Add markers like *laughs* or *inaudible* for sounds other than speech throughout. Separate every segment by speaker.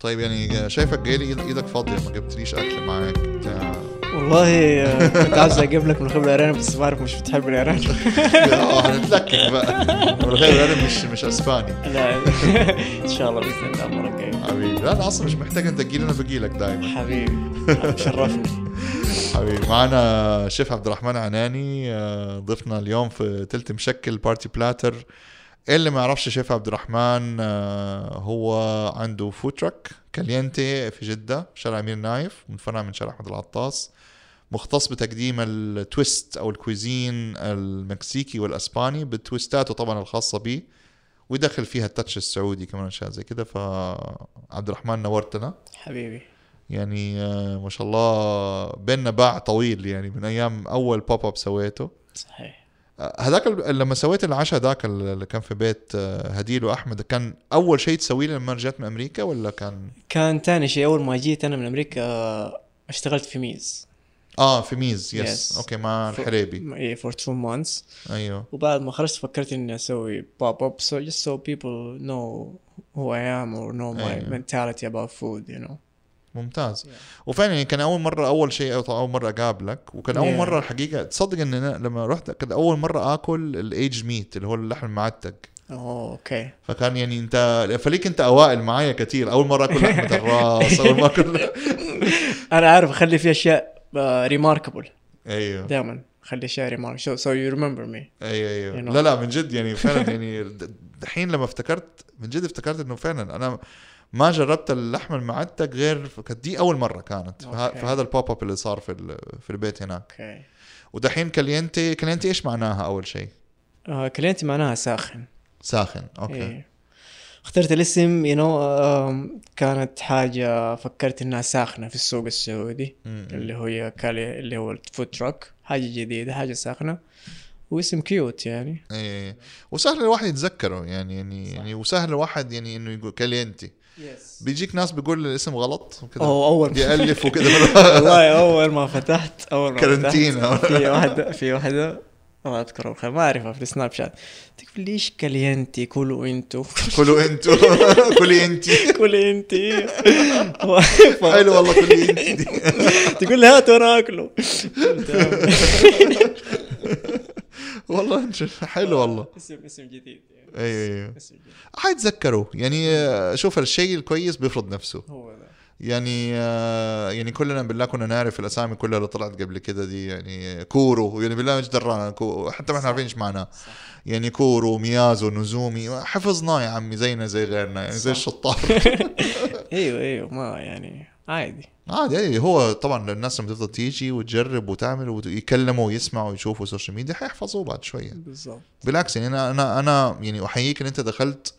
Speaker 1: طيب يعني شايفك جاي لي ايدك فاضيه ما جبتليش اكل معاك بتاع *laughs*
Speaker 2: والله آه، كنت *laughs* عاوز اجيب لك ملوخيه بالارانب بس بعرف مش بتحب الارانب
Speaker 1: اه هنتلكك بقى الملوخيه بالارانب مش مش اسباني
Speaker 2: *laughs* لا ان شاء الله باذن الله المره الجايه
Speaker 1: حبيبي لا انا اصلا مش محتاج انت تجيلي انا بجيلك دايما
Speaker 2: حبيبي شرفني
Speaker 1: حبيبي معانا شيف عبد الرحمن عناني آه، ضيفنا اليوم في تلت مشكل بارتي بلاتر اللي ما يعرفش شيف عبد الرحمن آه، هو عنده فود تراك كالينتي في جدة شارع أمير نايف من فرع من شارع أحمد العطاس مختص بتقديم التويست أو الكويزين المكسيكي والأسباني بتويستاته طبعا الخاصة بيه ويدخل فيها التاتش السعودي كمان أشياء زي كده فعبد الرحمن نورتنا
Speaker 2: حبيبي
Speaker 1: يعني آه، ما شاء الله بينا باع طويل يعني من ايام اول بوب اب سويته
Speaker 2: صحيح
Speaker 1: آه، هذاك ال- لما سويت العشاء ذاك ال- اللي كان في بيت آه، هديل واحمد كان اول شيء تسويه لما رجعت من امريكا ولا كان
Speaker 2: كان تاني شيء اول ما جيت انا من امريكا آه، اشتغلت في ميز
Speaker 1: اه في ميز يس
Speaker 2: Yes.
Speaker 1: اوكي مع
Speaker 2: ف-
Speaker 1: الحريبي
Speaker 2: فور تو مانثس
Speaker 1: ايوه
Speaker 2: وبعد ما خرجت فكرت اني اسوي بوب اب so just so people know who I am or know my
Speaker 1: أيوه.
Speaker 2: mentality about food you know
Speaker 1: ممتاز وفعلا يعني كان اول مره اول شيء أو- اول مره اقابلك وكان اول
Speaker 2: Yeah.
Speaker 1: مره الحقيقه تصدق ان انا لما رحت كان اول مره اكل الايج ميت اللي هو اللحم المعتق
Speaker 2: اوه اوكي
Speaker 1: فكان يعني انت فليك انت اوائل معايا كثير اول مره اكل لحمه الراس اول مره اكل
Speaker 2: *laughs* انا عارف اخلي في اشياء ريماركبل
Speaker 1: ايو
Speaker 2: دائما اخلي اشياء ريماركبل سو يو ريمبر مي
Speaker 1: ايوه ايوه
Speaker 2: You know.
Speaker 1: لا لا من جد يعني فعلا يعني د- دحين لما افتكرت من جد افتكرت انه فعلا انا ما جربت اللحم المعتق غير ف- كانت دي اول مره كانت في, ه...
Speaker 2: أوكي.
Speaker 1: في هذا البوب اب اللي صار في ال... في البيت هناك
Speaker 2: اوكي
Speaker 1: ودحين كلينتي كلينتي ايش معناها اول شيء؟
Speaker 2: آه، كلينتي معناها ساخن
Speaker 1: ساخن اوكي
Speaker 2: إيه. اخترت الاسم يو you know, um, كانت حاجه فكرت انها ساخنه في السوق السعودي
Speaker 1: مم.
Speaker 2: اللي هي كالي اللي هو الفود تراك حاجه جديده حاجه ساخنه واسم كيوت يعني
Speaker 1: ايه وسهل الواحد يتذكره يعني يعني, يعني وسهل الواحد يعني انه يقول كلينتي
Speaker 2: يس
Speaker 1: بيجيك ناس بيقول الاسم غلط وكده
Speaker 2: او اول
Speaker 1: يالف وكده
Speaker 2: *laughs* والله اول ما فتحت اول ما
Speaker 1: كارنتينا.
Speaker 2: فتحت في واحده في واحده الله يذكره بالخير ما اعرفها في السناب شات تقول ليش كلينتي كلوا انتو *laughs*
Speaker 1: كلوا انتوا *laughs* كلي انتي
Speaker 2: كلي انتي
Speaker 1: حلو والله كلي انتي *laughs*
Speaker 2: تقول لي هات وانا اكله
Speaker 1: والله انت *laughs* حلو والله
Speaker 2: اسم اسم جديد يعني.
Speaker 1: ايوه ايوه
Speaker 2: اسم جديد.
Speaker 1: حيتذكروا يعني آه، شوف الشيء الكويس بيفرض نفسه
Speaker 2: هو ذا
Speaker 1: يعني آه، يعني كلنا بالله كنا نعرف الاسامي كلها اللي طلعت قبل كده دي يعني كورو يعني بالله مش درانا كو- حتى ما احنا عارفين ايش معناه يعني كورو ميازو نزومي حفظناه يا عمي زينا زي غيرنا يعني زي
Speaker 2: صح.
Speaker 1: الشطار
Speaker 2: ايوه ايوه ما يعني عادي
Speaker 1: عادي يعني هو طبعا الناس لما تفضل تيجي وتجرب وتعمل ويكلموا ويسمعوا ويشوفوا السوشيال ميديا حيحفظوه بعد شويه
Speaker 2: بالضبط
Speaker 1: بالعكس يعني انا انا انا يعني احييك ان انت دخلت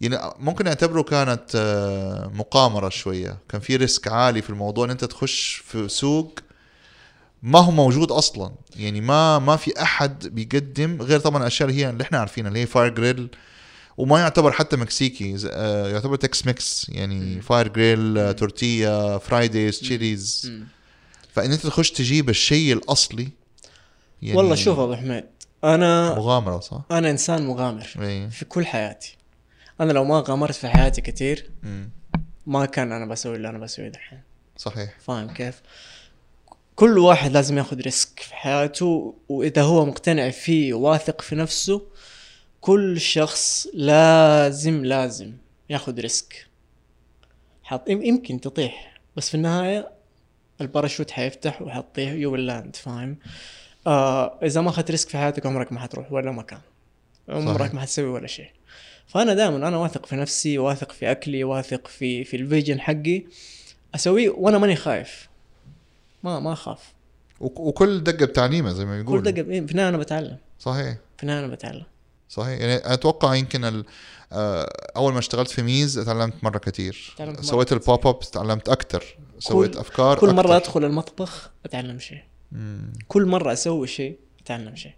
Speaker 1: يعني ممكن اعتبره كانت آه، مقامره شويه كان في ريسك عالي في الموضوع ان انت تخش في سوق ما هو موجود اصلا يعني ما ما في احد بيقدم غير طبعا الاشياء اللي هي اللي احنا عارفينها اللي هي فاير جريل وما يعتبر حتى مكسيكي ز- آه، يعتبر تكس ميكس يعني
Speaker 2: مم.
Speaker 1: فاير جريل
Speaker 2: مم.
Speaker 1: تورتيا فرايديز تشيليز فان انت تخش تجيب الشيء الاصلي يعني
Speaker 2: والله شوف يا ابو حميد انا
Speaker 1: مغامره صح؟
Speaker 2: انا انسان مغامر
Speaker 1: ايه
Speaker 2: في كل حياتي انا لو ما غامرت في حياتي كثير
Speaker 1: مم.
Speaker 2: ما كان انا بسوي اللي انا بسويه دحين
Speaker 1: صحيح
Speaker 2: فاهم كيف؟ كل واحد لازم ياخذ ريسك في حياته واذا هو مقتنع فيه واثق في نفسه كل شخص لازم لازم ياخذ ريسك حط يم- يمكن تطيح بس في النهاية الباراشوت حيفتح وحتطيح يو لاند فاهم آه اذا ما اخذت ريسك في حياتك عمرك ما حتروح ولا مكان عمرك
Speaker 1: صحيح.
Speaker 2: ما حتسوي ولا شيء فانا دائما انا واثق في نفسي واثق في اكلي واثق في في الفيجن حقي اسويه وانا ماني خايف ما ما اخاف
Speaker 1: وك- وكل دقه بتعليمه زي ما
Speaker 2: كل
Speaker 1: بيقولوا
Speaker 2: دقه إيه، في النهايه انا بتعلم
Speaker 1: صحيح
Speaker 2: في النهايه انا بتعلم
Speaker 1: صحيح يعني اتوقع يمكن ال- آه، اول ما اشتغلت في ميز تعلمت مره كتير
Speaker 2: تعلمت مرة
Speaker 1: سويت البوب اب تعلمت اكثر سويت افكار
Speaker 2: كل مره
Speaker 1: أكتر.
Speaker 2: ادخل المطبخ اتعلم شيء
Speaker 1: مم.
Speaker 2: كل مره اسوي شيء اتعلم شيء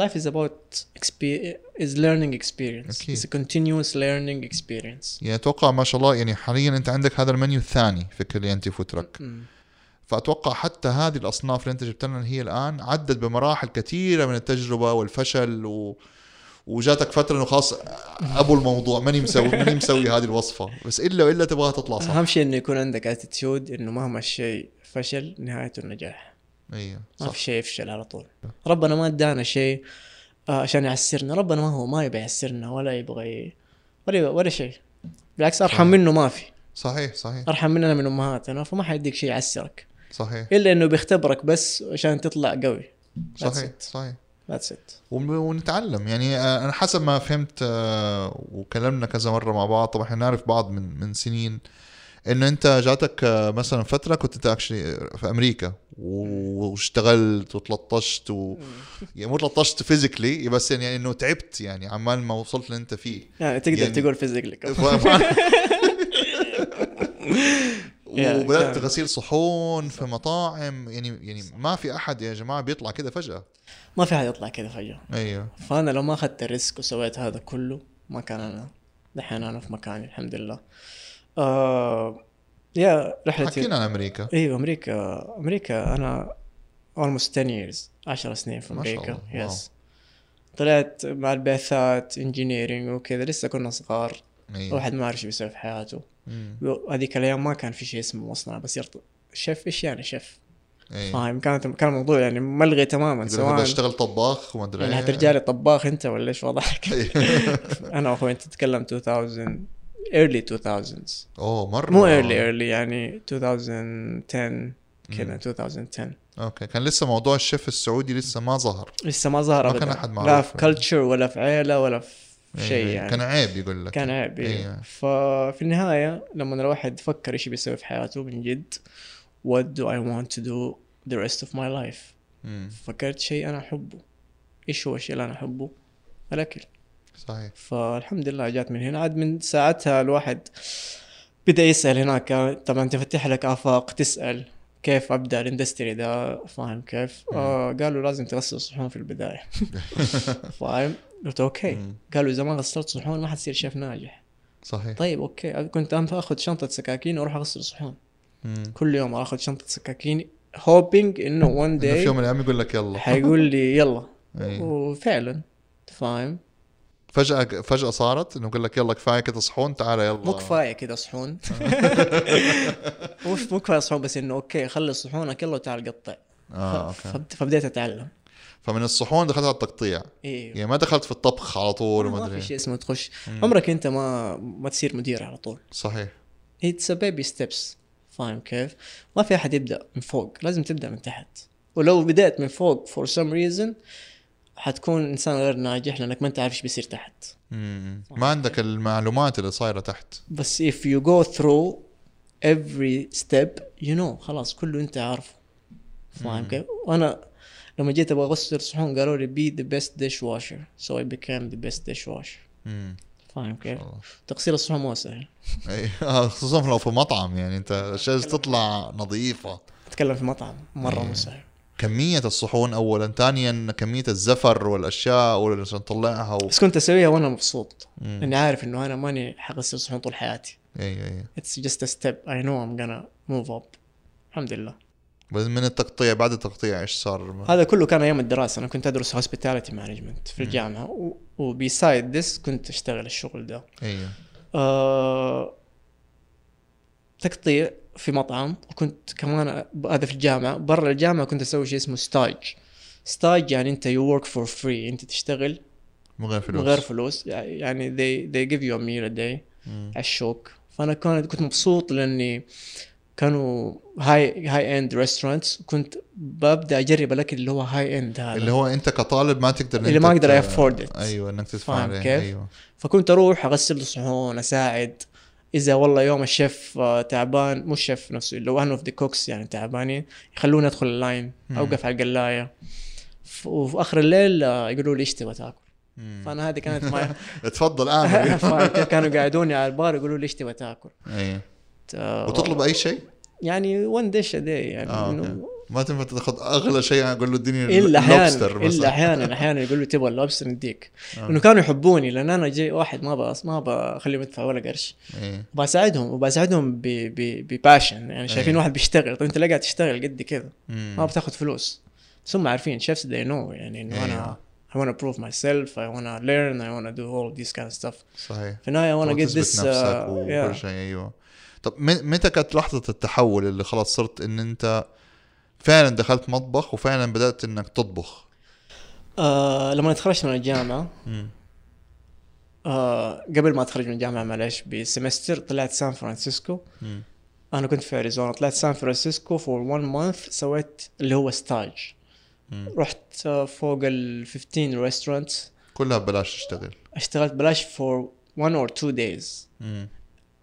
Speaker 2: life is about expe- is learning experience
Speaker 1: أكيد.
Speaker 2: it's a continuous learning experience
Speaker 1: يعني اتوقع ما شاء الله يعني حاليا انت عندك هذا المنيو الثاني في كلينتي فوترك
Speaker 2: مم.
Speaker 1: فاتوقع حتى هذه الاصناف اللي انت جبت لنا هي الان عدت بمراحل كثيره من التجربه والفشل و... وجاتك فتره انه خلاص ابو الموضوع ماني مسوي ماني مسوي هذه الوصفه بس الا والا تبغاها تطلع صح
Speaker 2: اهم شيء انه يكون عندك اتيتيود انه مهما الشيء فشل نهايته النجاح
Speaker 1: ايوه
Speaker 2: ما
Speaker 1: صح
Speaker 2: في شيء يفشل على طول ربنا ما ادانا شيء آه، عشان يعسرنا ربنا ما هو ما يبغى يعسرنا ولا يبغى ي- ولا يبغى ولا شيء بالعكس ارحم
Speaker 1: صحيح.
Speaker 2: منه ما في
Speaker 1: صحيح صحيح
Speaker 2: ارحم مننا من امهاتنا فما حيديك شيء يعسرك
Speaker 1: صحيح
Speaker 2: الا انه بيختبرك بس عشان تطلع قوي
Speaker 1: صحيح
Speaker 2: it.
Speaker 1: صحيح
Speaker 2: ذاتس ات
Speaker 1: ون- ونتعلم يعني آه، انا حسب ما فهمت آه، وكلمنا كذا مره مع بعض طبعا احنا نعرف بعض من من سنين انه انت جاتك آه، مثلا فتره كنت انت اكشلي في امريكا و- واشتغلت وتلطشت و... يعني مو تلطشت فيزيكلي بس يعني انه تعبت يعني عمال ما وصلت اللي انت فيه
Speaker 2: يعني تقدر
Speaker 1: يعني-
Speaker 2: تقول فيزيكلي
Speaker 1: *laughs* وبدات
Speaker 2: فاهم.
Speaker 1: غسيل صحون في مطاعم يعني يعني ما في احد يا جماعه بيطلع كده فجاه
Speaker 2: ما في احد يطلع كذا فجاه
Speaker 1: ايوه
Speaker 2: فانا لو ما اخذت الريسك وسويت هذا كله ما كان انا دحين انا في مكاني الحمد لله آه يا رحلتي
Speaker 1: حكينا عن امريكا
Speaker 2: ايوه امريكا امريكا انا almost 10 years 10 سنين في
Speaker 1: ما شاء
Speaker 2: امريكا
Speaker 1: الله، واو.
Speaker 2: يس طلعت مع البعثات انجينيرنج وكذا لسه كنا صغار
Speaker 1: ايوه
Speaker 2: الواحد ما عارف ايش بيسوي في حياته
Speaker 1: مم.
Speaker 2: هذيك الايام ما كان في شيء اسمه مصنع بس يرط... شيف ايش يعني شيف؟
Speaker 1: ايوه
Speaker 2: فاهم كانت كان الموضوع يعني ملغي تماما
Speaker 1: يقول لك بدي
Speaker 2: سواء
Speaker 1: اشتغل طباخ وما ادري
Speaker 2: يعني
Speaker 1: إيه. *laughs* أيوه.
Speaker 2: هترجع لي طباخ انت ولا ايش وضعك؟ انا واخوي انت تتكلم 2000 early 2000s
Speaker 1: اوه مره
Speaker 2: مو early early يعني 2010 كذا 2010
Speaker 1: اوكي كان لسه موضوع الشيف السعودي لسه ما ظهر
Speaker 2: لسه ما ظهر
Speaker 1: ما
Speaker 2: ابدا
Speaker 1: كان أحد
Speaker 2: لا
Speaker 1: معروف
Speaker 2: في كلتشر ولا في عيله ولا في شيء
Speaker 1: إيه.
Speaker 2: يعني
Speaker 1: كان عيب يقول لك
Speaker 2: كان عيب إيه.
Speaker 1: إيه.
Speaker 2: ففي النهاية لما الواحد فكر ايش بيسوي في حياته من جد what do I want to do the rest of my life
Speaker 1: مم.
Speaker 2: فكرت شيء أنا أحبه ايش هو الشيء اللي أنا أحبه الأكل
Speaker 1: صحيح
Speaker 2: فالحمد لله جات من هنا عاد من ساعتها الواحد بدأ يسأل هناك طبعا تفتح لك آفاق تسأل كيف ابدا الاندستري ده فاهم كيف؟ آه قالوا لازم تغسل صحون في
Speaker 1: *laughs*
Speaker 2: البدايه *laughs* فاهم؟ قلت اوكي
Speaker 1: مم.
Speaker 2: قالوا اذا ما غسلت صحون ما حتصير شيف ناجح
Speaker 1: صحيح
Speaker 2: طيب اوكي كنت أنا اخذ شنطه سكاكين واروح اغسل صحون
Speaker 1: مم.
Speaker 2: كل يوم اخذ شنطه سكاكين هوبينج انه وان
Speaker 1: إنه في يوم
Speaker 2: داي
Speaker 1: من الايام يقول لك يلا *laughs*
Speaker 2: حيقول لي يلا
Speaker 1: إيه.
Speaker 2: وفعلا فاهم
Speaker 1: فجأة فجأة صارت انه يقول لك يلا كفاية كده صحون تعال يلا
Speaker 2: مو كفايه كذا صحون مو مو كفايه صحون بس انه اوكي خلص صحونك يلا وتعال قطع
Speaker 1: اه
Speaker 2: ف-
Speaker 1: اوكي
Speaker 2: فبد- فبديت اتعلم
Speaker 1: فمن الصحون دخلت على التقطيع
Speaker 2: ايوه
Speaker 1: يعني ما دخلت في الطبخ على طول وما
Speaker 2: ما
Speaker 1: ادري
Speaker 2: في شيء
Speaker 1: إيه.
Speaker 2: اسمه تخش عمرك انت ما ما تصير مدير على طول
Speaker 1: صحيح
Speaker 2: اتس بيبي ستيبس فاهم كيف؟ ما في احد يبدا من فوق لازم تبدا من تحت ولو بدات من فوق فور سم ريزن حتكون انسان غير ناجح لانك ما انت عارف ايش بيصير تحت
Speaker 1: مم. ما عندك المعلومات اللي صايرة تحت
Speaker 2: بس if you go through every step you know خلاص كله انت عارفه فاهم كيف؟ وانا لما جيت ابغى اغسل صحون قالوا لي be the best dishwasher so I became the best dishwasher
Speaker 1: مم.
Speaker 2: فاهم كيف؟
Speaker 1: الله.
Speaker 2: تغسيل الصحون مو سهل
Speaker 1: إيه. آه، خصوصا لو في مطعم يعني انت
Speaker 2: أيوة،
Speaker 1: الاشياء تطلع نظيفة
Speaker 2: اتكلم في مطعم مره مو سهل
Speaker 1: كمية الصحون اولا ثانيا كمية الزفر والاشياء واللي عشان تطلعها و...
Speaker 2: بس كنت اسويها وانا مبسوط
Speaker 1: مم.
Speaker 2: لاني عارف انه انا ماني حغسل صحون طول حياتي
Speaker 1: ايوه ايوه
Speaker 2: اتس جاست ا ستيب اي نو ام gonna موف اب الحمد لله
Speaker 1: بس من التقطيع بعد التقطيع ايش صار؟
Speaker 2: هذا كله كان ايام الدراسه انا كنت ادرس هوسبيتاليتي مانجمنت في الجامعه و- وبيسايد ذس كنت اشتغل الشغل ده
Speaker 1: ايوه
Speaker 2: آه، تقطيع في مطعم وكنت كمان أ- هذا في الجامعه برا الجامعه كنت اسوي شيء اسمه ستاج ستاج يعني انت يو ورك فور فري انت تشتغل
Speaker 1: من غير
Speaker 2: من
Speaker 1: فلوس
Speaker 2: غير فلوس يعني they they give you a meal a day
Speaker 1: مم.
Speaker 2: على الشوك فانا كنت كنت مبسوط لاني كانوا هاي هاي اند ريستورانتس كنت ببدا اجرب الاكل اللي هو هاي اند هذا
Speaker 1: اللي هو انت كطالب ما تقدر إن
Speaker 2: اللي
Speaker 1: أنت
Speaker 2: ما أقدر
Speaker 1: ت-
Speaker 2: afford it.
Speaker 1: ايوه انك تدفع
Speaker 2: فاهم
Speaker 1: عليه
Speaker 2: كيف؟
Speaker 1: ايوه
Speaker 2: فكنت اروح اغسل له صحون اساعد اذا والله يوم الشيف آه، تعبان مو الشيف نفسه اللي هو اوف ذا كوكس يعني تعبانين يخلوني ادخل اللاين
Speaker 1: مم.
Speaker 2: اوقف على القلايه ف- وفي اخر الليل آه، يقولوا لي ايش تبغى تاكل
Speaker 1: مم.
Speaker 2: فانا هذه
Speaker 1: *laughs*
Speaker 2: *laughs* كانت معي
Speaker 1: تفضل
Speaker 2: *laughs*
Speaker 1: اعمل
Speaker 2: كانوا قاعدوني على البار يقولوا لي ايش تبغى تاكل
Speaker 1: ايوه
Speaker 2: آه،
Speaker 1: وتطلب اي شيء؟
Speaker 2: يعني ون ديش ا داي يعني
Speaker 1: اه
Speaker 2: إنه-
Speaker 1: اوكي ما تنفع تاخذ اغلى شيء اقول له اديني
Speaker 2: الا احيانا
Speaker 1: لوبستر مثلاً.
Speaker 2: الا احيانا احيانا يقول لي تبغى اللوبستر نديك
Speaker 1: آه.
Speaker 2: انه كانوا يحبوني لان انا جاي واحد ما بأس ما بخليهم يدفع ولا قرش
Speaker 1: ايه
Speaker 2: بساعدهم وبساعدهم بباشن يعني شايفين
Speaker 1: إيه.
Speaker 2: واحد بيشتغل طيب انت لا قاعد تشتغل قد كذا
Speaker 1: مم.
Speaker 2: ما بتاخذ فلوس بس هم عارفين شيفز دي نو يعني انه
Speaker 1: إيه.
Speaker 2: انا I want to prove myself. I want to learn. I want to do all this kind of stuff.
Speaker 1: صحيح
Speaker 2: في النهاية I want to
Speaker 1: تبغى
Speaker 2: get
Speaker 1: تثبت نفسك
Speaker 2: this. uh,
Speaker 1: وكل
Speaker 2: yeah.
Speaker 1: شيء ايوه طب مت- متى كانت لحظه التحول اللي خلاص صرت ان انت فعلا دخلت مطبخ وفعلا بدات انك تطبخ
Speaker 2: آه لما اتخرجت من الجامعة
Speaker 1: مم.
Speaker 2: آه قبل ما اتخرج من الجامعة معلش بسمستر طلعت سان فرانسيسكو
Speaker 1: مم.
Speaker 2: انا كنت في اريزونا طلعت سان فرانسيسكو فور one month سويت اللي هو ستاج
Speaker 1: مم.
Speaker 2: رحت آه، فوق ال 15 ريستورانت
Speaker 1: كلها ببلاش تشتغل
Speaker 2: اشتغلت بلاش فور 1 اور 2 days
Speaker 1: مم.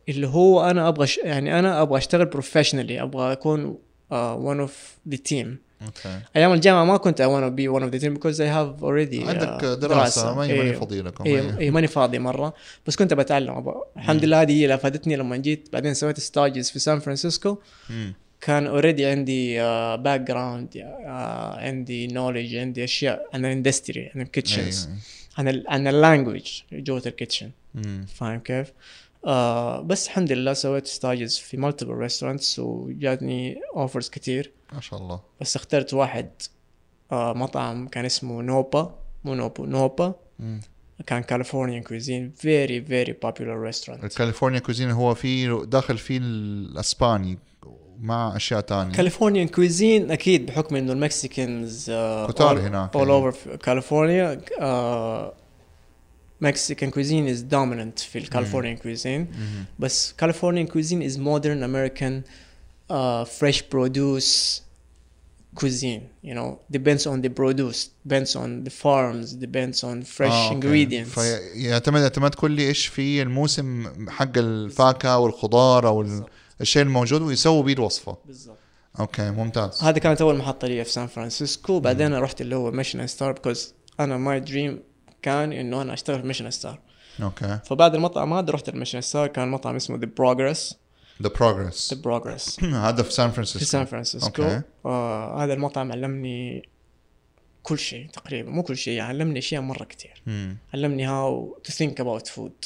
Speaker 2: اللي هو انا ابغى ش... يعني انا ابغى اشتغل بروفيشنالي ابغى اكون ون اوف ذا تيم
Speaker 1: اوكي
Speaker 2: ايام الجامعه ما كنت I want to be one of the team because I have already uh,
Speaker 1: عندك دراسه ماني ماني
Speaker 2: إيه.
Speaker 1: فاضي لكم
Speaker 2: اي
Speaker 1: إيه.
Speaker 2: اي ماني فاضي مره بس كنت بتعلم أبغى. الحمد لله هذه هي اللي افادتني لما جيت بعدين سويت ستاجز في سان فرانسيسكو
Speaker 1: مم.
Speaker 2: كان اوريدي عندي آه، باك جراوند آه، عندي نولج عندي اشياء عن الاندستري عن الكيتشنز
Speaker 1: أيوة.
Speaker 2: عن ال- عن اللانجوج جوه الكيتشن
Speaker 1: مم.
Speaker 2: فاهم كيف؟ آه بس الحمد لله سويت ستاجز في مالتيبل ريستورانتس وجاتني اوفرز كتير
Speaker 1: ما شاء الله
Speaker 2: بس اخترت واحد آه مطعم كان اسمه نوبا مو نوبو نوبا
Speaker 1: مم.
Speaker 2: كان كاليفورنيا كوزين فيري فيري بوبيولار ريستورانت
Speaker 1: الكاليفورنيا كوزين هو في داخل فيه الاسباني مع اشياء تانية
Speaker 2: كاليفورنيا كوزين اكيد بحكم آه، انه المكسيكنز
Speaker 1: كتار هناك
Speaker 2: اول
Speaker 1: يعني.
Speaker 2: اوفر كاليفورنيا آه، مكسيكان كوزين از دوميننت في الكاليفورنيا كوزين
Speaker 1: مم.
Speaker 2: بس كاليفورنيا كوزين از مودرن امريكان فريش برودوس كوزين you know depends on the produce depends on the farms depends on fresh
Speaker 1: آه،
Speaker 2: آه,
Speaker 1: أوكي.
Speaker 2: ingredients
Speaker 1: فيعتمد اعتماد كلي ايش في الموسم حق الفاكهه والخضار او ال- الشيء الموجود ويسووا بيه الوصفه
Speaker 2: بالضبط
Speaker 1: اوكي ممتاز
Speaker 2: هذه كانت اول محطه لي في سان فرانسيسكو بعدين رحت اللي هو ميشن ستار بيكوز انا ماي دريم كان انه انا اشتغل في ميشن ستار
Speaker 1: اوكي
Speaker 2: فبعد المطعم هذا رحت الميشن ستار كان مطعم اسمه ذا بروجرس
Speaker 1: ذا بروجرس
Speaker 2: ذا بروجرس
Speaker 1: *clears throat* هذا في سان
Speaker 2: في
Speaker 1: فرانسيسكو
Speaker 2: سان فرانسيسكو
Speaker 1: أوكي.
Speaker 2: آه هذا المطعم علمني كل شيء تقريبا مو كل شيء يعني علمني اشياء مره كتير
Speaker 1: امم
Speaker 2: علمني هاو تو ثينك اباوت فود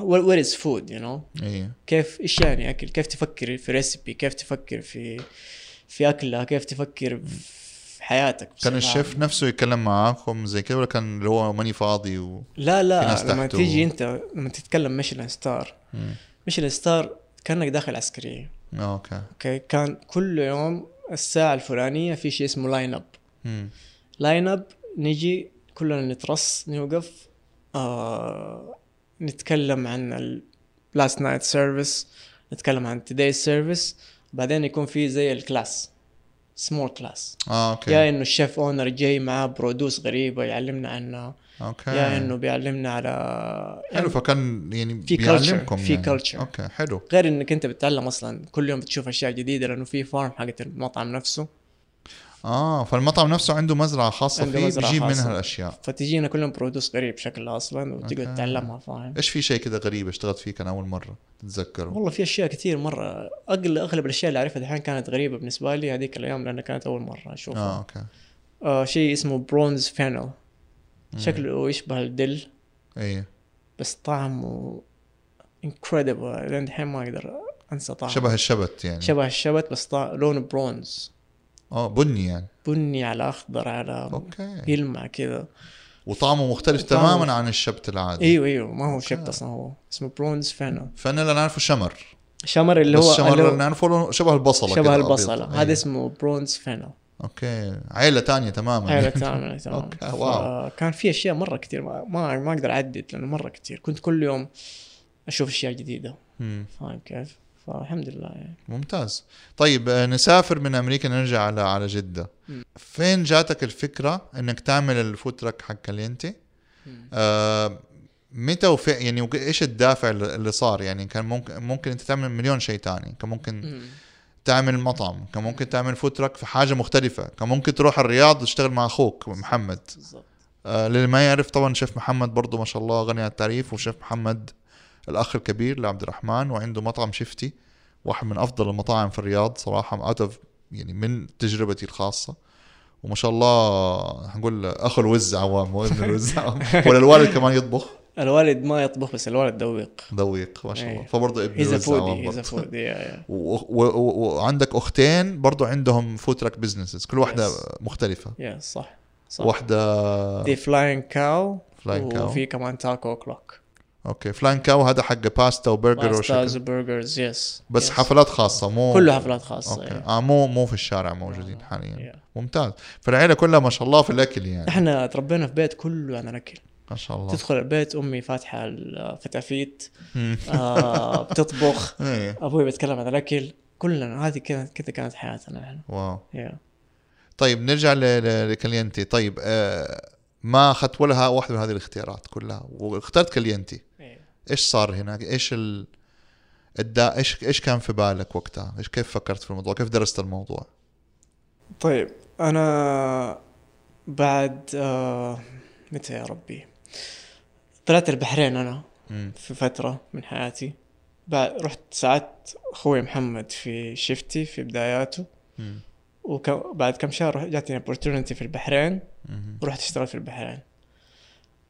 Speaker 2: وات از فود يو نو
Speaker 1: اي
Speaker 2: كيف ايش يعني اكل كيف تفكر في ريسبي كيف تفكر في في اكله كيف تفكر في حياتك
Speaker 1: كان
Speaker 2: بصفة
Speaker 1: الشيف
Speaker 2: عامة.
Speaker 1: نفسه يتكلم معاكم زي كده ولا كان اللي هو ماني فاضي و
Speaker 2: لا
Speaker 1: في
Speaker 2: لا
Speaker 1: ناس
Speaker 2: لما
Speaker 1: تحته.
Speaker 2: تيجي انت لما تتكلم ميشلان ستار
Speaker 1: مم.
Speaker 2: ميشلان ستار كانك داخل عسكريه
Speaker 1: اوكي
Speaker 2: اوكي كان كل يوم الساعه الفلانيه في شيء اسمه لاين اب
Speaker 1: مم.
Speaker 2: لاين اب نجي كلنا نترص نوقف آه نتكلم عن لاست نايت سيرفيس نتكلم عن توداي سيرفيس بعدين يكون في زي الكلاس سمول كلاس
Speaker 1: اه اوكي
Speaker 2: يا انه الشيف اونر جاي معاه برودوس غريبه يعلمنا عنها
Speaker 1: اوكي
Speaker 2: يا انه بيعلمنا على
Speaker 1: حلو فكان يعني
Speaker 2: في culture،
Speaker 1: بيعلمكم
Speaker 2: في
Speaker 1: يعني.
Speaker 2: culture.
Speaker 1: اوكي حلو
Speaker 2: غير انك انت بتتعلم اصلا كل يوم بتشوف اشياء جديده لانه في فارم حقت المطعم نفسه
Speaker 1: اه فالمطعم نفسه عنده مزرعه خاصه
Speaker 2: عنده
Speaker 1: فيه
Speaker 2: مزرعة
Speaker 1: بيجيب منها
Speaker 2: خاصة.
Speaker 1: الاشياء
Speaker 2: فتجينا كل يوم برودوس غريب شكلها اصلا وتقدر
Speaker 1: أوكي.
Speaker 2: تتعلمها فاهم
Speaker 1: ايش في شيء كده غريب اشتغلت فيه كان اول مره تتذكره
Speaker 2: والله في اشياء كثير مره اغلب اغلب الاشياء اللي اعرفها الحين كانت غريبه بالنسبه لي هذيك الايام لانها كانت اول مره اشوفها
Speaker 1: اه
Speaker 2: آه.
Speaker 1: اوكي
Speaker 2: آه شيء اسمه برونز فينل
Speaker 1: مم.
Speaker 2: شكله يشبه الدل
Speaker 1: ايه
Speaker 2: بس طعمه انكريدبل لين الحين ما اقدر انسى طعمه شبه,
Speaker 1: شبه الشبت يعني شبه.
Speaker 2: شبه الشبت بس طع... لونه برونز
Speaker 1: اه بني يعني
Speaker 2: بني على اخضر على
Speaker 1: اوكي
Speaker 2: يلمع كذا
Speaker 1: وطعمه مختلف
Speaker 2: إيه. وطعمه-
Speaker 1: تماما عن الشبت العادي
Speaker 2: ايوه ايوه ما هو
Speaker 1: أوكي.
Speaker 2: شبت اصلا هو اسمه برونز فينل
Speaker 1: فانا اللي نعرفه شمر
Speaker 2: شمر
Speaker 1: اللي
Speaker 2: اللي
Speaker 1: هو
Speaker 2: هو
Speaker 1: بس شمر
Speaker 2: اللي
Speaker 1: اللي
Speaker 2: هو
Speaker 1: نعرفه لونه شبه البصله كده
Speaker 2: شبه
Speaker 1: أبيض.
Speaker 2: البصله هذا
Speaker 1: أيوة.
Speaker 2: اسمه برونز فينل
Speaker 1: اوكي عيله تانية تماما
Speaker 2: ايوه تمام تمام
Speaker 1: يعني. أوكي، واو.
Speaker 2: كان في اشياء مره كثير ما ما, ما اقدر اعدد لانه مره كثير كنت كل يوم اشوف اشياء جديده
Speaker 1: مم.
Speaker 2: فاهم كيف؟ فالحمد لله يعني
Speaker 1: *laughs* ممتاز طيب آه، نسافر من امريكا نرجع على على جده
Speaker 2: مم.
Speaker 1: فين جاتك الفكره انك تعمل الفود تراك حق كالينتي
Speaker 2: مم.
Speaker 1: آه متى وفي يعني وك- ايش الدافع اللي اللي صار يعني كان ممكن ممكن انت تعمل مليون شيء تاني كان ممكن
Speaker 2: مم.
Speaker 1: تعمل مطعم كان ممكن تعمل فود تراك في حاجه مختلفه كان ممكن تروح الرياض وتشتغل مع اخوك محمد
Speaker 2: بالضبط
Speaker 1: آه، للي ما يعرف طبعا شيف محمد برضو ما شاء الله غني عن التعريف وشيف محمد الاخ الكبير لعبد الرحمن وعنده مطعم شفتي واحد من افضل المطاعم في الرياض صراحه اوت اوف يعني من تجربتي الخاصه وما شاء الله حنقول اخو الوز عوام مو ابن الوز عوام ولا الوالد كمان يطبخ
Speaker 2: الوالد ما يطبخ بس الوالد ذويق
Speaker 1: ذويق ما شاء الله
Speaker 2: إيه.
Speaker 1: فبرضه ابن
Speaker 2: هيز
Speaker 1: الوز عوام
Speaker 2: فودي هيز
Speaker 1: برضه.
Speaker 2: فودي
Speaker 1: و- و- و- وعندك اختين برضه عندهم فوترك بزنسز كل واحده
Speaker 2: Yes.
Speaker 1: مختلفه
Speaker 2: يا صح صح
Speaker 1: واحدة
Speaker 2: دي فلاين كاو
Speaker 1: فلاين كاو
Speaker 2: وفي كمان تاكو كلوك
Speaker 1: اوكي فلاين كاو هذا حق باستا وبرجر
Speaker 2: باستاز
Speaker 1: وشكل
Speaker 2: وبرجرز يس
Speaker 1: بس
Speaker 2: يس.
Speaker 1: حفلات خاصة مو
Speaker 2: كله حفلات خاصه
Speaker 1: اوكي
Speaker 2: يعني.
Speaker 1: اه مو مو في الشارع موجودين حاليا
Speaker 2: يا.
Speaker 1: ممتاز فالعيلة كلها ما شاء الله في الاكل
Speaker 2: *laughs*
Speaker 1: يعني
Speaker 2: احنا تربينا في بيت كله عن الاكل
Speaker 1: ما شاء الله
Speaker 2: تدخل البيت امي فاتحه الفتافيت
Speaker 1: مم.
Speaker 2: آه *laughs* بتطبخ
Speaker 1: ايه
Speaker 2: ابوي بيتكلم عن الاكل كلنا هذه كذا كذا كانت حياتنا احنا
Speaker 1: *laughs* واو
Speaker 2: يا.
Speaker 1: طيب نرجع ل- ل- لكالينتي طيب آه ما اخذت ولا واحدة من هذه الاختيارات كلها واخترت كالينتي ايش صار هناك ايش ال الدا ايش ايش كان في بالك وقتها؟ ايش كيف فكرت في الموضوع؟ كيف درست الموضوع؟
Speaker 2: طيب انا بعد آه متى يا ربي طلعت البحرين انا
Speaker 1: مم.
Speaker 2: في فترة من حياتي بعد رحت ساعدت أخوي محمد في شفتي في بداياته
Speaker 1: مم.
Speaker 2: وبعد كم شهر رح- جاتني opportunity في البحرين
Speaker 1: مم.
Speaker 2: ورحت اشتغلت في البحرين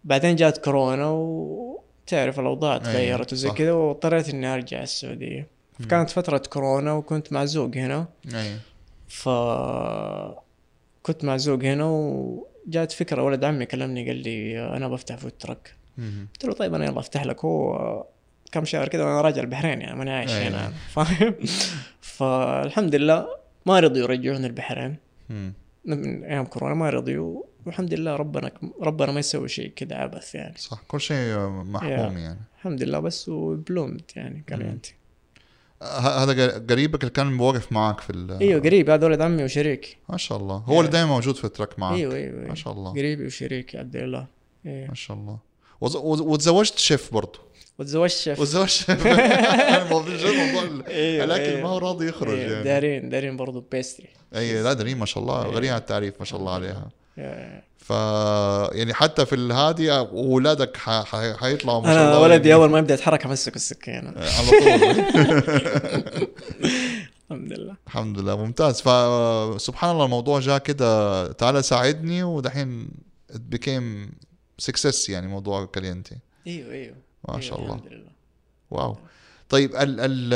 Speaker 2: بعدين جات كورونا وتعرف الأوضاع تغيرت وزي
Speaker 1: صح.
Speaker 2: كذا واضطريت إني أرجع السعودية فكانت فترة كورونا وكنت معزوق هنا
Speaker 1: اي
Speaker 2: ف كنت معزوق هنا وجات فكرة ولد عمي كلمني قال لي أنا بفتح فود تراك
Speaker 1: مم.
Speaker 2: قلت له طيب انا يلا افتح لك هو كم شهر كذا وانا راجع البحرين يعني ماني عايش
Speaker 1: أيوة.
Speaker 2: هنا فاهم *laughs* فالحمد لله ما رضوا يرجعوني البحرين
Speaker 1: مم.
Speaker 2: من ايام كورونا ما رضوا والحمد لله ربنا ربنا ما يسوي شيء كذا عبث يعني
Speaker 1: صح كل شيء محكوم يعني
Speaker 2: الحمد لله بس وبلومت يعني قال
Speaker 1: مم.
Speaker 2: انت
Speaker 1: ه- هذا ق- قريبك اللي كان واقف معك في ال
Speaker 2: ايوه قريب هذا ولد عمي وشريكي
Speaker 1: ما شاء الله هو اللي
Speaker 2: Yeah.
Speaker 1: دائما موجود في التراك معك
Speaker 2: ايوه ايوه, أيوة.
Speaker 1: ما شاء الله
Speaker 2: قريبي وشريكي عبد الله ايوه
Speaker 1: ما شاء الله وز- وز- وتزوجت شيف برضه
Speaker 2: *laughs* وتزوجت شيف
Speaker 1: وتزوجت شيف *laughs* الموضوع جد موضوع ال-
Speaker 2: أيوة،
Speaker 1: الاكل
Speaker 2: أيوة.
Speaker 1: ما هو راضي يخرج
Speaker 2: أيوة،
Speaker 1: يعني
Speaker 2: دارين دارين برضو بيستري
Speaker 1: اي لا دريم ما شاء الله
Speaker 2: أيوة.
Speaker 1: غنية عن التعريف ما شاء الله
Speaker 2: إيوه.
Speaker 1: عليها
Speaker 2: يا-
Speaker 1: ف يعني حتى في الهادي اولادك ح... ح... حيطلعوا ما شاء
Speaker 2: انا
Speaker 1: الله
Speaker 2: ولدي
Speaker 1: يعني
Speaker 2: اول ما يبدا يتحرك امسك السكينه
Speaker 1: *laughs* على طول
Speaker 2: الحمد لله
Speaker 1: الحمد لله ممتاز فسبحان الله الموضوع جاء كده تعال ساعدني ودحين it became success يعني موضوع كالينتي
Speaker 2: ايوه ايوه
Speaker 1: ما شاء الله
Speaker 2: الحمد لله
Speaker 1: واو طيب ال ال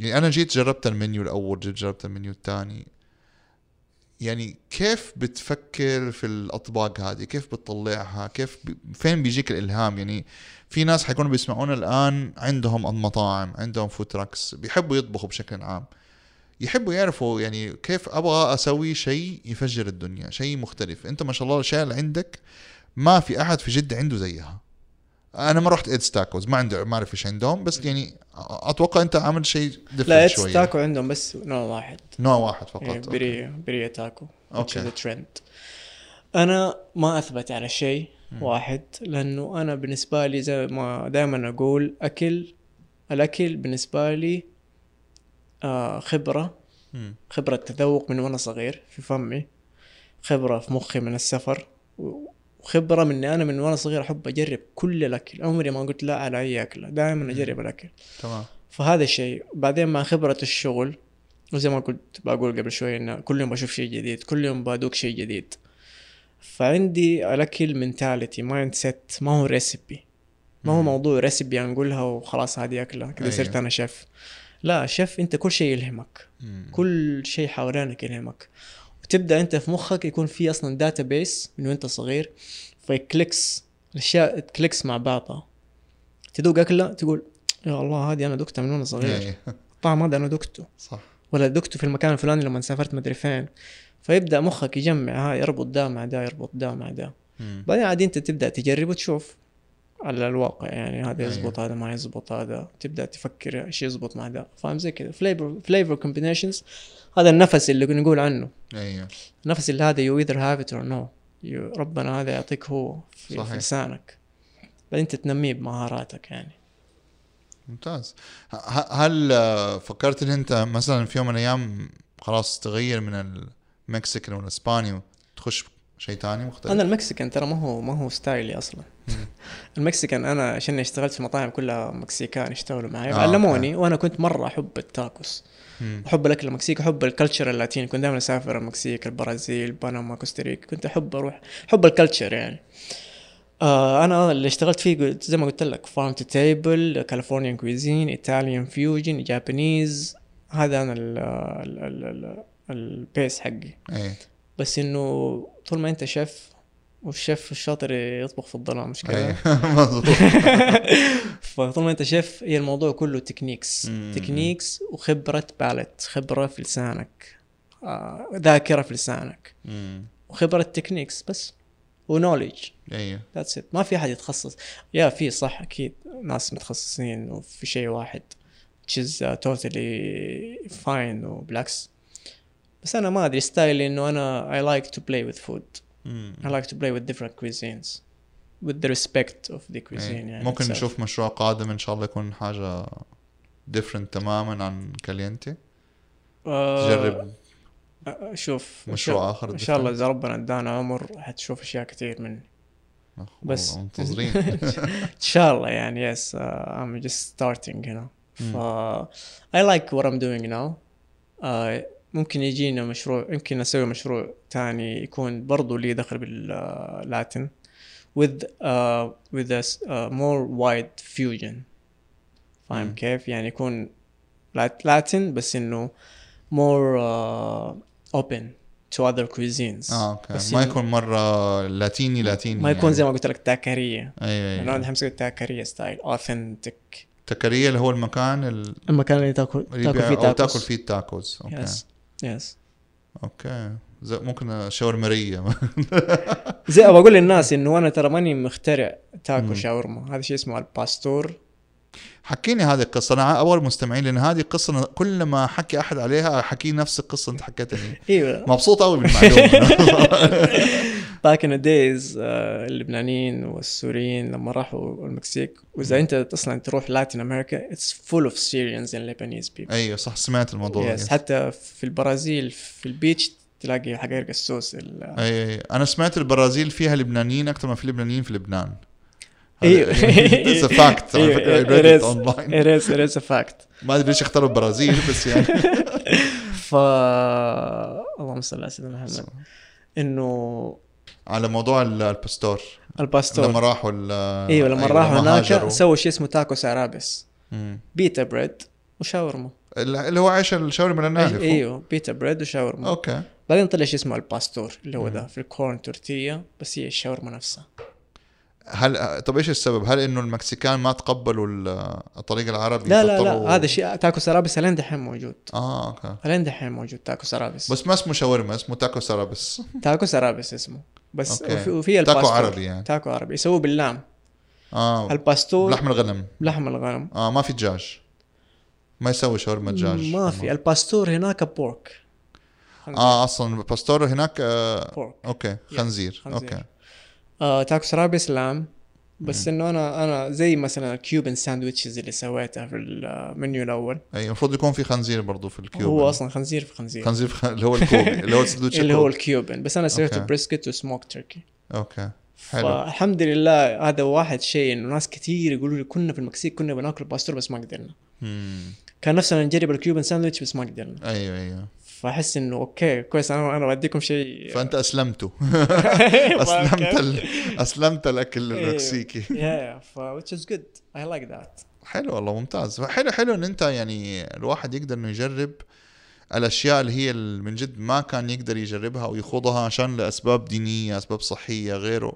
Speaker 1: يعني انا جيت جربت المنيو الاول جيت جربت المنيو الثاني يعني كيف بتفكر في الاطباق هذه كيف بتطلعها كيف ب... فين بيجيك الالهام يعني في ناس حيكونوا بيسمعونا الان عندهم مطاعم عندهم فود تراكس بيحبوا يطبخوا بشكل عام يحبوا يعرفوا يعني كيف ابغى اسوي شيء يفجر الدنيا شيء مختلف انت ما شاء الله الاشياء اللي عندك ما في احد في جده عنده زيها انا ما رحت ايدز تاكوز ما عندي ما اعرف ايش عندهم بس يعني اتوقع انت عامل شيء
Speaker 2: لا
Speaker 1: different
Speaker 2: اتس
Speaker 1: شويه
Speaker 2: تاكو عندهم بس نوع واحد
Speaker 1: نوع واحد فقط
Speaker 2: إيه،
Speaker 1: أوكي.
Speaker 2: بريه بريه تاكو
Speaker 1: أوكي.
Speaker 2: ذا ترند انا ما اثبت على شيء واحد لانه انا بالنسبه لي زي ما دائما اقول اكل الاكل بالنسبه لي آه خبره
Speaker 1: مم.
Speaker 2: خبرة تذوق من وأنا صغير في فمي خبرة في مخي من السفر و- وخبرة من إني أنا من وأنا صغير أحب أجرب كل الأكل عمري ما قلت لا على أي أكلة دائما أجرب الأكل
Speaker 1: تمام
Speaker 2: فهذا الشيء بعدين مع خبرة الشغل وزي ما كنت بقول قبل شوي إن كل يوم بشوف شيء جديد كل يوم بدوق شيء جديد فعندي الأكل منتاليتي مايند سيت ما هو ريسبي ما هو
Speaker 1: مم.
Speaker 2: موضوع ريسبي نقولها وخلاص هذه أكلة كذا
Speaker 1: أيوه.
Speaker 2: صرت أنا شيف لا شيف أنت كل شيء يلهمك
Speaker 1: مم.
Speaker 2: كل شيء حوالينك يعني يلهمك وتبدا انت في مخك يكون في اصلا داتا بيس من وانت صغير فيكليكس الاشياء تكليكس مع بعضها تدوق اكله تقول يا الله هذه انا دقتها من وانا صغير
Speaker 1: إيه، *laughs*
Speaker 2: الطعم هذا انا دقته
Speaker 1: صح
Speaker 2: ولا دقته في المكان الفلاني لما سافرت مدري فين فيبدا مخك يجمع ها يربط ده مع ده يربط ده مع ده
Speaker 1: مم.
Speaker 2: بعدين عاد انت تبدا تجرب وتشوف على الواقع يعني هذا
Speaker 1: أيوه.
Speaker 2: يزبط هذا ما يزبط هذا تبدا تفكر ايش يزبط مع ده فاهم زي كذا فليفر فليفر كومبينيشنز هذا النفس اللي نقول عنه
Speaker 1: ايوه
Speaker 2: النفس اللي هذا يو ايذر هاف ات اور نو ربنا هذا يعطيك هو في,
Speaker 1: صحيح.
Speaker 2: في لسانك بعدين انت تنميه بمهاراتك يعني
Speaker 1: ممتاز ه- ه- هل آه، فكرت ان انت مثلا في يوم من الايام خلاص تغير من المكسيكان والاسباني وتخش شيء ثاني مختلف؟
Speaker 2: انا المكسيكان ترى ما هو ما هو ستايلي اصلا *laughs* المكسيكان انا عشان اشتغلت في مطاعم كلها مكسيكان اشتغلوا معي
Speaker 1: آه،
Speaker 2: علموني وانا كنت مره احب التاكوس *laughs*
Speaker 1: مم.
Speaker 2: احب الاكل المكسيكي احب الكلتشر اللاتيني كنت دائما اسافر المكسيك البرازيل بنما كوستاريكا كنت احب اروح احب الكلتشر يعني آه انا اللي اشتغلت فيه قلت زي ما قلت لك فارم تو تيبل كاليفورنيان كويزين ايطاليان فيوجن جابانيز هذا انا ال- ال- ال- ال- البيس حقي
Speaker 1: ايه
Speaker 2: بس انه طول ما انت شيف والشيف الشاطر يطبخ في الظلام مش
Speaker 1: أي،
Speaker 2: كده
Speaker 1: إيه، *laughs* مظبوط
Speaker 2: *laughs* فطول ما انت شيف هي الموضوع كله تكنيكس
Speaker 1: مم.
Speaker 2: تكنيكس وخبره بالت خبره في لسانك آه، ذاكره في لسانك
Speaker 1: مم.
Speaker 2: وخبره تكنيكس بس ونولج
Speaker 1: ايوه
Speaker 2: ذاتس ما في احد يتخصص يا في صح اكيد ناس متخصصين وفي شيء واحد آه، تشيز توتالي فاين وبلاكس بس انا ما ادري ستايلي انه انا I like to play with food
Speaker 1: مم.
Speaker 2: I like to play with different cuisines with the respect of the cuisine
Speaker 1: إيه.
Speaker 2: يعني
Speaker 1: ممكن
Speaker 2: itself.
Speaker 1: نشوف مشروع قادم ان شاء الله يكون حاجه ديفرنت تماما عن كالينتي
Speaker 2: آه،
Speaker 1: تجرب
Speaker 2: آه، شوف
Speaker 1: مشروع اخر
Speaker 2: ان شاء الله
Speaker 1: different.
Speaker 2: اذا ربنا ادانا عمر حتشوف اشياء كثير مني
Speaker 1: والله
Speaker 2: بس *laughs*
Speaker 1: منتظرين
Speaker 2: ان شاء الله يعني يس I'm just starting هنا ف I like what I'm doing now آه، ممكن يجينا مشروع يمكن اسوي مشروع تاني يكون برضو لي دخل باللاتن with uh, with a s- uh, more wide fusion فاهم
Speaker 1: مم.
Speaker 2: كيف يعني يكون لات- لاتن بس انه more uh, open to other cuisines
Speaker 1: اه اوكي
Speaker 2: بس
Speaker 1: ما
Speaker 2: إنه-
Speaker 1: يكون مره لاتيني لاتيني يعني. إيه،
Speaker 2: ما يكون زي ما قلت لك تاكريه
Speaker 1: اي
Speaker 2: انا
Speaker 1: اي
Speaker 2: عندي حمسك تاكريه ستايل اوثنتيك
Speaker 1: تكريه اللي هو المكان ال-
Speaker 2: المكان اللي تاكل
Speaker 1: اللي
Speaker 2: تاكل
Speaker 1: يبيع
Speaker 2: فيه
Speaker 1: او
Speaker 2: تاكل
Speaker 1: تاكل فيه التاكوز اوكي
Speaker 2: يس يس
Speaker 1: اوكي زي ممكن شاورمريه
Speaker 2: زي ابغى اقول للناس انه انا ترى ماني مخترع
Speaker 1: مم.
Speaker 2: تاكو شاورما هذا شيء اسمه الباستور
Speaker 1: *laughs* حكيني هذه القصه انا اول مستمعين لان هذه قصه أنا كل ما حكي احد عليها حكي نفس القصه انت حكيتها
Speaker 2: *laughs*
Speaker 1: لي. *laughs*
Speaker 2: ايوه
Speaker 1: مبسوط قوي *laughs*
Speaker 2: *laughs*
Speaker 1: بالمعلومه
Speaker 2: باك ان دايز آه، اللبنانيين والسوريين لما راحوا المكسيك واذا انت اصلا تروح لاتين امريكا اتس فول اوف سيريانز اند ليبانيز بيبل
Speaker 1: ايوه صح سمعت الموضوع
Speaker 2: يس
Speaker 1: yes.
Speaker 2: حتى في البرازيل في البيتش تلاقي حقائق السوس ال-
Speaker 1: اي أي. انا أيوة، سمعت البرازيل فيها لبنانيين اكثر ما في لبنانيين في
Speaker 2: *laughs*
Speaker 1: لبنان *laughs*
Speaker 2: ايوه
Speaker 1: اتس فاكت على فكره I read it online.
Speaker 2: أيوة، It is, it is a fact.
Speaker 1: ما ادري ليش اختاروا البرازيل بس
Speaker 2: *laughs*
Speaker 1: يعني
Speaker 2: ف اللهم صل على سيدنا محمد انه
Speaker 1: على موضوع ال- البستور لما
Speaker 2: الباستور
Speaker 1: راحوا ال- أيوه،
Speaker 2: ايوه لما راحوا
Speaker 1: هاجروا.
Speaker 2: هناك سووا شيء اسمه تاكوس ارابس
Speaker 1: مم.
Speaker 2: بيتا بريد وشاورما
Speaker 1: ال- اللي هو عيش الشاورما
Speaker 2: أي-
Speaker 1: النادي
Speaker 2: ايوه بيتا بريد وشاورما
Speaker 1: اوكي
Speaker 2: بعدين طلع شيء اسمه الباستور اللي هو
Speaker 1: مم.
Speaker 2: ذا في الكورن تورتيا بس هي الشاورما نفسها
Speaker 1: هل طب ايش السبب؟ هل انه المكسيكان ما تقبلوا ال- الطريق العربي
Speaker 2: لا لا
Speaker 1: فطروا-
Speaker 2: لا هذا شيء تاكوس ارابس لين دحين موجود
Speaker 1: اه اوكي
Speaker 2: لين دحين موجود تاكوس ارابس
Speaker 1: بس ما اسمه شاورما اسمه تاكو
Speaker 2: *laughs*
Speaker 1: سرابس
Speaker 2: تاكوس ارابس اسمه بس
Speaker 1: أوكي.
Speaker 2: وفي- وفي
Speaker 1: تاكو
Speaker 2: الباستور.
Speaker 1: عربي يعني
Speaker 2: تاكو عربي يسووه باللام
Speaker 1: اه
Speaker 2: الباستور
Speaker 1: لحم الغنم
Speaker 2: لحم الغنم
Speaker 1: اه ما في دجاج ما يسوي شاورما دجاج آه،
Speaker 2: ما في الباستور هناك بورك
Speaker 1: اه اصلا باستور هناك آه
Speaker 2: بورك
Speaker 1: اوكي خنزير
Speaker 2: خنزير.
Speaker 1: اوكي
Speaker 2: آه تاكوس رابس لام بس انه انا انا زي مثلا الكيوبن ساندويتشز اللي سويتها في آه، المنيو الاول
Speaker 1: اي المفروض يكون في خنزير برضه في الكيوب يعني.
Speaker 2: هو اصلا خنزير في خنزير
Speaker 1: خنزير *laughs* في خ... اللي هو الكوبي اللي هو السندوتش
Speaker 2: اللي هو
Speaker 1: الكوبي.
Speaker 2: الكيوبن بس انا سويته
Speaker 1: أوكي.
Speaker 2: بريسكت وسموك تركي
Speaker 1: اوكي حلو
Speaker 2: فالحمد لله هذا واحد شيء انه ناس كثير يقولوا لي كنا في المكسيك كنا بناكل باستور بس ما قدرنا
Speaker 1: مم.
Speaker 2: كان نفسنا نجرب الكيوبن ساندويتش بس ما قدرنا
Speaker 1: ايوه ايوه
Speaker 2: فاحس انه اوكي كويس انا انا بديكم شيء
Speaker 1: فانت
Speaker 2: *laughs*
Speaker 1: اسلمته *laughs*
Speaker 2: فاهم
Speaker 1: اسلمت
Speaker 2: كيف؟
Speaker 1: ال... اسلمت الاكل
Speaker 2: أيوة.
Speaker 1: المكسيكي
Speaker 2: yeah, yeah, ف which is good. I like that.
Speaker 1: حلو والله ممتاز حلو حلو ان انت يعني الواحد يقدر انه يجرب الاشياء اللي هي ال- من جد ما كان يقدر يجربها او يخوضها عشان لاسباب دينيه اسباب صحيه غيره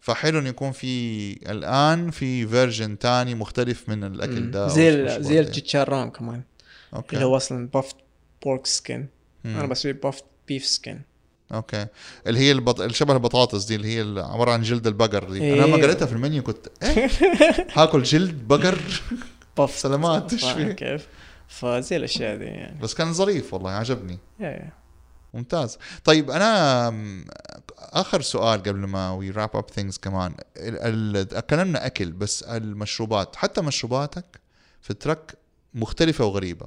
Speaker 1: فحلو انه يكون في الان في فيرجن تاني مختلف من الاكل ده
Speaker 2: مم.
Speaker 1: أو
Speaker 2: زي
Speaker 1: المشروب
Speaker 2: ال زي
Speaker 1: ده.
Speaker 2: التشيتشارون كمان
Speaker 1: اوكي
Speaker 2: اللي هو اصلا بافت بورك سكين
Speaker 1: مم.
Speaker 2: انا بسوي بافت بيف سكين
Speaker 1: اوكي اللي هي البط... اللي شبه البطاطس دي اللي هي ال- عباره عن جلد البقر دي انا لما
Speaker 2: إيه.
Speaker 1: قريتها في المنيو كنت إيه؟ هاكل جلد بقر
Speaker 2: بافت
Speaker 1: سلامات، إيش في؟
Speaker 2: كيف؟ فزي الاشياء دي يعني
Speaker 1: بس كان ظريف والله عجبني
Speaker 2: yeah, yeah.
Speaker 1: ممتاز طيب انا أم، اخر سؤال قبل ما وي راب اب ثينجز كمان ال- ال- تكلمنا اكل بس المشروبات حتى مشروباتك في الترك مختلفه وغريبه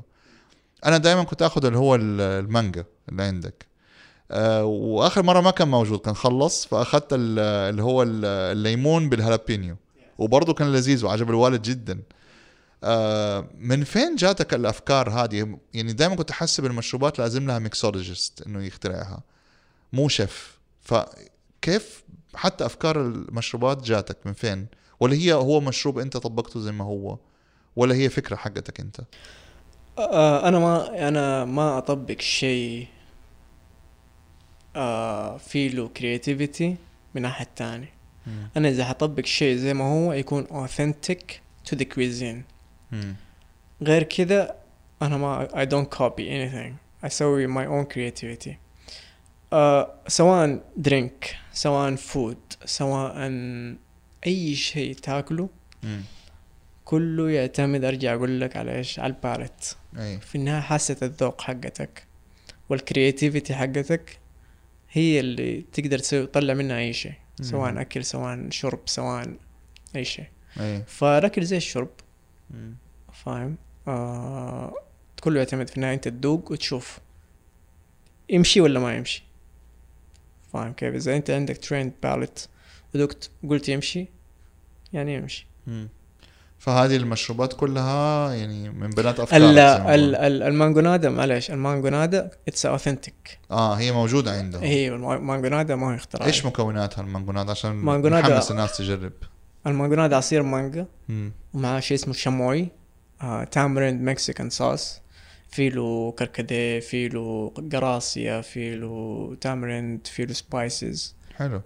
Speaker 1: انا دائما كنت اخذ اللي هو ال- المانجا اللي عندك آه، واخر مره ما كان موجود كان خلص فاخذت ال- اللي هو ال- الليمون بالهالابينيو وبرضه كان لذيذ وعجب الوالد جدا آه، من فين جاتك الافكار هذه؟ يعني دائما كنت احسب المشروبات لازم لها ميكسولوجيست انه يخترعها مو شيف فكيف حتى افكار المشروبات جاتك من فين؟ ولا هي هو مشروب انت طبقته زي ما هو؟ ولا هي فكره حقتك انت؟
Speaker 2: آه، انا ما انا ما اطبق شيء آه في له كرياتيفيتي من ناحية تاني انا اذا حطبق شيء زي ما هو يكون اوثنتيك تو ذا كويزين
Speaker 1: مم.
Speaker 2: غير كذا انا ما I don't copy anything اسوي my own creativity آه سواء درينك سواء فود سواء اي شيء تاكله
Speaker 1: مم.
Speaker 2: كله يعتمد ارجع اقول لك على ايش على البالت
Speaker 1: اي
Speaker 2: في النهايه حاسه الذوق حقتك والكرياتيفيتي حقتك هي اللي تقدر تسوي تطلع منها اي شيء
Speaker 1: مم.
Speaker 2: سواء اكل سواء شرب سواء اي شيء
Speaker 1: اي
Speaker 2: فالاكل زي الشرب
Speaker 1: مم.
Speaker 2: فاهم آه كله يعتمد في النهاية انت تدوق وتشوف يمشي ولا ما يمشي فاهم كيف اذا انت عندك تريند باليت ودقت قلت يمشي يعني يمشي
Speaker 1: مم. فهذه المشروبات كلها يعني من بنات افكارك زي ما
Speaker 2: الا
Speaker 1: بقول.
Speaker 2: ال- ال- المانجونادا معليش المانجونادا اتس اوثنتيك
Speaker 1: اه هي موجوده عندهم
Speaker 2: هي المانجونادا ما هو اختراع
Speaker 1: ايش مكوناتها المانجونات عشان
Speaker 2: مانجونات-
Speaker 1: نحمس الناس تجرب
Speaker 2: المانجونادا عصير مانجا
Speaker 1: مم.
Speaker 2: ومعاه شيء اسمه شاموي آه، تامريند مكسيكان صوص في له كركديه في له قراصية في له تامريند في له سبايسز
Speaker 1: حلو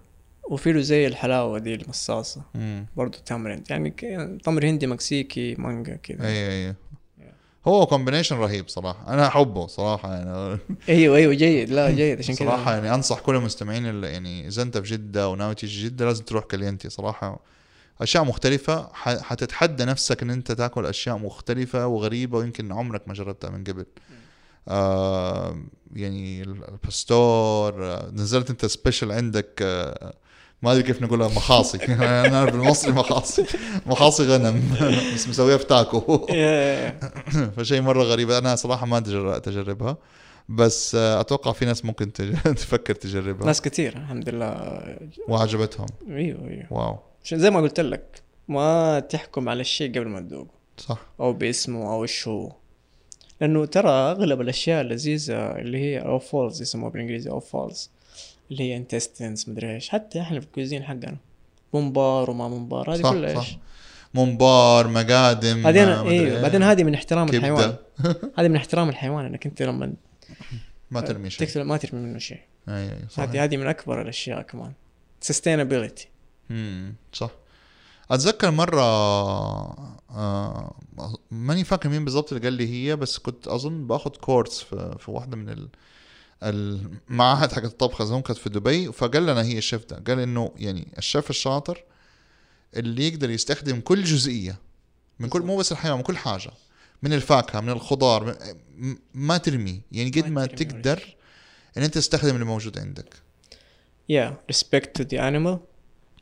Speaker 2: وفي له زي الحلاوة دي المصاصة
Speaker 1: مم.
Speaker 2: برضه تامريند يعني ك- تمر هندي مكسيكي مانجا كذا
Speaker 1: اي اي هو كومبينيشن رهيب صراحه انا احبه صراحه يعني
Speaker 2: ايوه ايوه جيد لا جيد عشان كذا
Speaker 1: صراحه يعني انصح كل المستمعين اللي يعني اذا انت في جده وناوي تيجي جده لازم تروح كلينتي صراحه اشياء مختلفه ح- حتتحدى نفسك ان انت تاكل اشياء مختلفه وغريبه ويمكن عمرك ما جربتها من قبل آه يعني ال- الباستور آه، نزلت انت سبيشل عندك آه ما ادري كيف نقولها مخاصي *laughs* انا بالمصري مخاصي مخاصي غنم *laughs* بس مسويها في تاكو *laughs*
Speaker 2: إيه.
Speaker 1: فشيء مره غريب انا صراحه ما تجرأت اجربها بس آه، اتوقع في ناس ممكن تج- *laughs* تفكر تجربها
Speaker 2: ناس كثير الحمد لله
Speaker 1: وعجبتهم
Speaker 2: ايوه ايوه
Speaker 1: واو
Speaker 2: عشان زي ما قلت لك ما تحكم على الشيء قبل ما تذوقه
Speaker 1: صح
Speaker 2: او باسمه او ايش هو لانه ترى اغلب الاشياء اللذيذه اللي هي او فولز يسموها بالانجليزي او فولز اللي هي انتستنس مدري ايش حتى احنا في الكوزين حقنا ممبار وما ممبار هذه
Speaker 1: صح
Speaker 2: كلها
Speaker 1: صح
Speaker 2: ايش
Speaker 1: ممبار مقادم
Speaker 2: بعدين
Speaker 1: آه، مدري
Speaker 2: ايوه
Speaker 1: إيه.
Speaker 2: بعدين هذه من احترام
Speaker 1: كبدة.
Speaker 2: الحيوان هذه من احترام الحيوان انك انت لما آه،
Speaker 1: ما ترمي شيء
Speaker 2: تقتل ما ترمي منه شيء
Speaker 1: اي اي صح
Speaker 2: هذه هذه من اكبر الاشياء كمان sustainability
Speaker 1: امم صح اتذكر مره آه ماني فاكر مين بالضبط اللي قال لي هي بس كنت اظن باخد كورس في, في واحده من ال المعاهد حق الطبخ اظن كانت في دبي فقال لنا هي الشيف ده قال انه يعني الشيف الشاطر اللي يقدر يستخدم كل جزئيه من كل مو بس الحيوان من كل حاجه من الفاكهه من الخضار من- ما ترمي يعني قد
Speaker 2: ما
Speaker 1: ما
Speaker 2: ترمي ولا
Speaker 1: تقدر ان انت تستخدم اللي موجود عندك
Speaker 2: yeah respect to the animal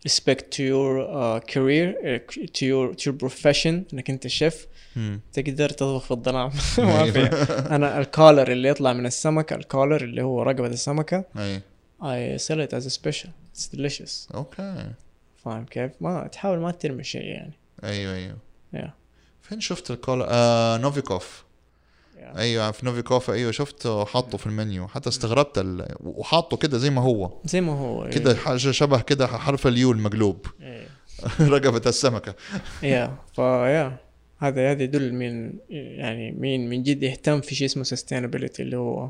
Speaker 2: respect to your uh, career uh, to your to your profession انك انت شيف
Speaker 1: مم.
Speaker 2: تقدر تطبخ في الظلام *laughs*
Speaker 1: يعني
Speaker 2: ما
Speaker 1: أيوه. *laughs*
Speaker 2: في انا الكولر اللي يطلع من السمكه الكولر اللي هو رقبه السمكه
Speaker 1: اي
Speaker 2: I sell it as a special it's delicious
Speaker 1: اوكي
Speaker 2: فاهم كيف؟ ما تحاول ما ترمي شيء يعني
Speaker 1: ايوه ايوه
Speaker 2: Yeah.
Speaker 1: فين شفت الكولا آه نوفيكوف
Speaker 2: Yeah.
Speaker 1: ايوه في نوفيكوف ايوه شفته حاطه في المنيو حتى استغربت ال... وحاطه كده زي ما هو
Speaker 2: زي ما هو إيه،
Speaker 1: كده حاجه شبه كده حرف اليو *laughs* المقلوب رقبه السمكه
Speaker 2: يا فيا هذا هذا يدل مين يعني مين من جد يهتم في شيء اسمه sustainability اللي هو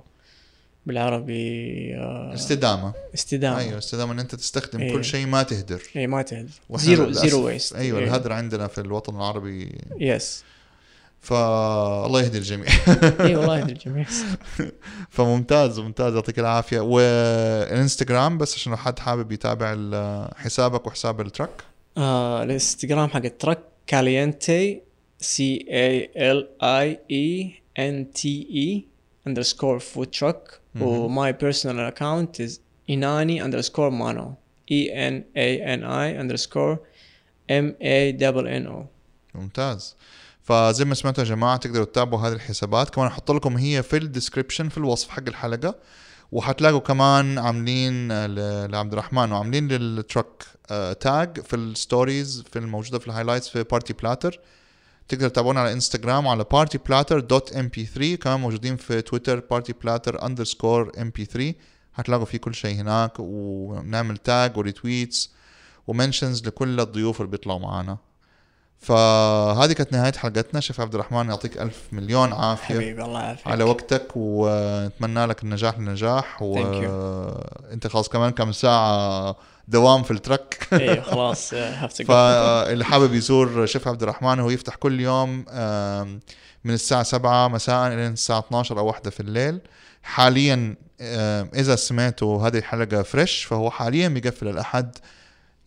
Speaker 2: بالعربي آه،
Speaker 1: استدامه
Speaker 2: استدامه
Speaker 1: ايوه استدامه ان انت تستخدم
Speaker 2: أيوه.
Speaker 1: كل شيء ما تهدر
Speaker 2: اي إيه، ما تهدر
Speaker 1: وإحنا
Speaker 2: زيرو
Speaker 1: للأسف-
Speaker 2: زيرو ويست
Speaker 1: ايوه الهدر عندنا في الوطن العربي
Speaker 2: يس
Speaker 1: فالله يهدي الجميع *laughs*
Speaker 2: اي إيه، والله يهدي الجميع
Speaker 1: فممتاز ممتاز يعطيك العافيه والانستغرام بس عشان لو حد حابب يتابع ال- حسابك وحساب التراك
Speaker 2: آه الانستغرام حق التراك كالينتي سي اي ال اي اي ان تي اي اندرسكور فود تراك
Speaker 1: مهم.
Speaker 2: وماي بيرسونال اكونت از اناني اندرسكور مانو اي ان اي ان اي اندرسكور ام اي دبل ان او
Speaker 1: ممتاز فزي ما سمعتوا يا جماعه تقدروا تتابعوا هذه الحسابات كمان احط لكم هي في الديسكربشن في الوصف حق الحلقه وحتلاقوا كمان عاملين آه، ل- لعبد الرحمن وعاملين للتراك آه، تاج في الستوريز في الموجوده في الهايلايتس في بارتي بلاتر تقدر تتابعونا على انستغرام على بارتي بلاتر دوت ام بي 3 كمان موجودين في تويتر بارتي بلاتر اندرسكور ام بي 3 هتلاقوا في كل شيء هناك ونعمل تاج وريتويتس ومنشنز لكل الضيوف اللي بيطلعوا معانا فهذه كانت نهايه حلقتنا شيف عبد الرحمن يعطيك الف مليون عافيه
Speaker 2: حبيبي الله يعافيك
Speaker 1: على وقتك ونتمنى لك النجاح للنجاح
Speaker 2: Thank you.
Speaker 1: وانت خلاص كمان كم ساعه دوام في الترك
Speaker 2: ايوه خلاص هاف تو
Speaker 1: فاللي حابب يزور شيف عبد الرحمن هو يفتح كل يوم آم، من الساعة 7 مساء إلى الساعة 12 أو 1 في الليل حاليا آم، إذا سمعتوا هذه الحلقة فريش فهو حاليا بيقفل الأحد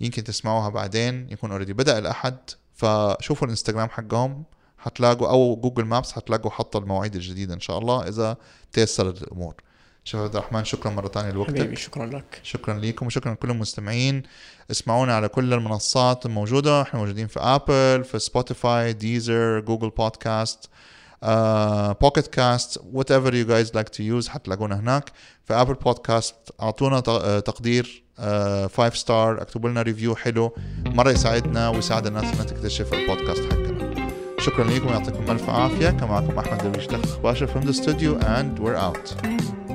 Speaker 1: يمكن تسمعوها بعدين يكون اوريدي بدأ الأحد فشوفوا الانستغرام حقهم حتلاقوا أو جوجل مابس حتلاقوا حط المواعيد الجديدة إن شاء الله إذا تيسرت الأمور شيف عبد الرحمن شكرا مرة ثانية لوقتك
Speaker 2: حبيبي شكرا لك
Speaker 1: شكرا لكم وشكرا لكل المستمعين اسمعونا على كل المنصات الموجودة احنا موجودين في ابل في سبوتيفاي ديزر جوجل بودكاست بوكيت كاست وات ايفر يو جايز لايك تو يوز حتلاقونا هناك في ابل بودكاست اعطونا ت- آه، تقدير 5 ستار اكتبوا لنا ريفيو حلو مره يساعدنا ويساعد الناس انها تكتشف البودكاست حقنا شكرا لكم يعطيكم الف عافيه كان معكم احمد درويش تخت باشا from the studio and we're out